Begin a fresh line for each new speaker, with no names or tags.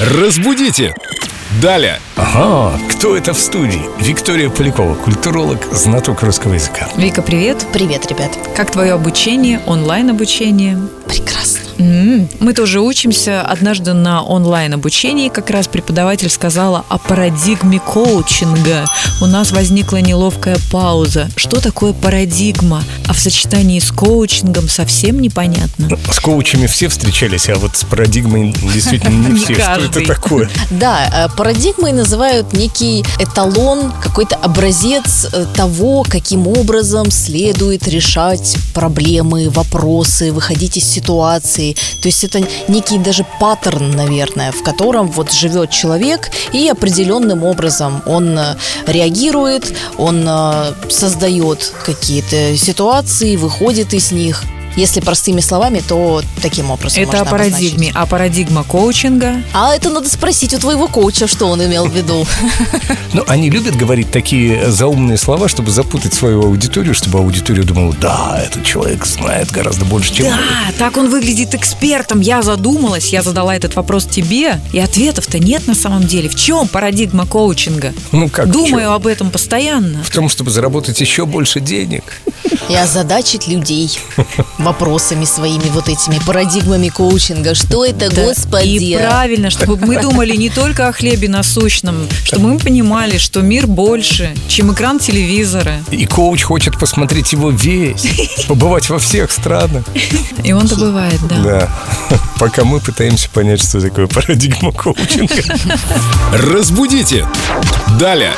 Разбудите! Далее.
Ага, кто это в студии? Виктория Полякова, культуролог, знаток русского языка.
Вика, привет.
Привет, ребят.
Как твое обучение, онлайн-обучение?
Прекрасно.
М, Мы тоже учимся. Однажды на онлайн-обучении как раз преподаватель сказала о парадигме коучинга. У нас возникла неловкая пауза. Что такое парадигма? А в сочетании с коучингом совсем непонятно.
С коучами все встречались, а вот с парадигмой действительно не
Не
все. Что это
каждый.
такое?
Да, э, парадигмой называют некий эталон, какой-то образец э, того, каким образом следует решать проблемы, вопросы, выходить из ситуации. То есть это некий даже паттерн, наверное, в котором вот живет человек и определенным образом он э, реагирует, он э, создает какие-то ситуации, выходит из них. Если простыми словами, то таким образом.
Это о
можно обозначить.
парадигме. А парадигма коучинга?
А это надо спросить у твоего коуча, что он имел в виду.
Ну, они любят говорить такие заумные слова, чтобы запутать свою аудиторию, чтобы аудитория думала, да, этот человек знает гораздо больше, чем...
Да, так он выглядит экспертом. Я задумалась, я задала этот вопрос тебе, и ответов-то нет на самом деле. В чем парадигма коучинга?
Ну, как
Думаю
чё?
об этом постоянно.
В том, чтобы заработать еще больше денег.
И озадачить людей вопросами своими вот этими парадигмами коучинга. Что это,
Да,
господи?
И правильно, чтобы мы думали не только о хлебе насущном, чтобы мы понимали, что мир больше, чем экран телевизора.
И коуч хочет посмотреть его весь, побывать во всех странах.
И он-то бывает, да.
Да. Пока мы пытаемся понять, что такое парадигма коучинга.
Разбудите! Далее.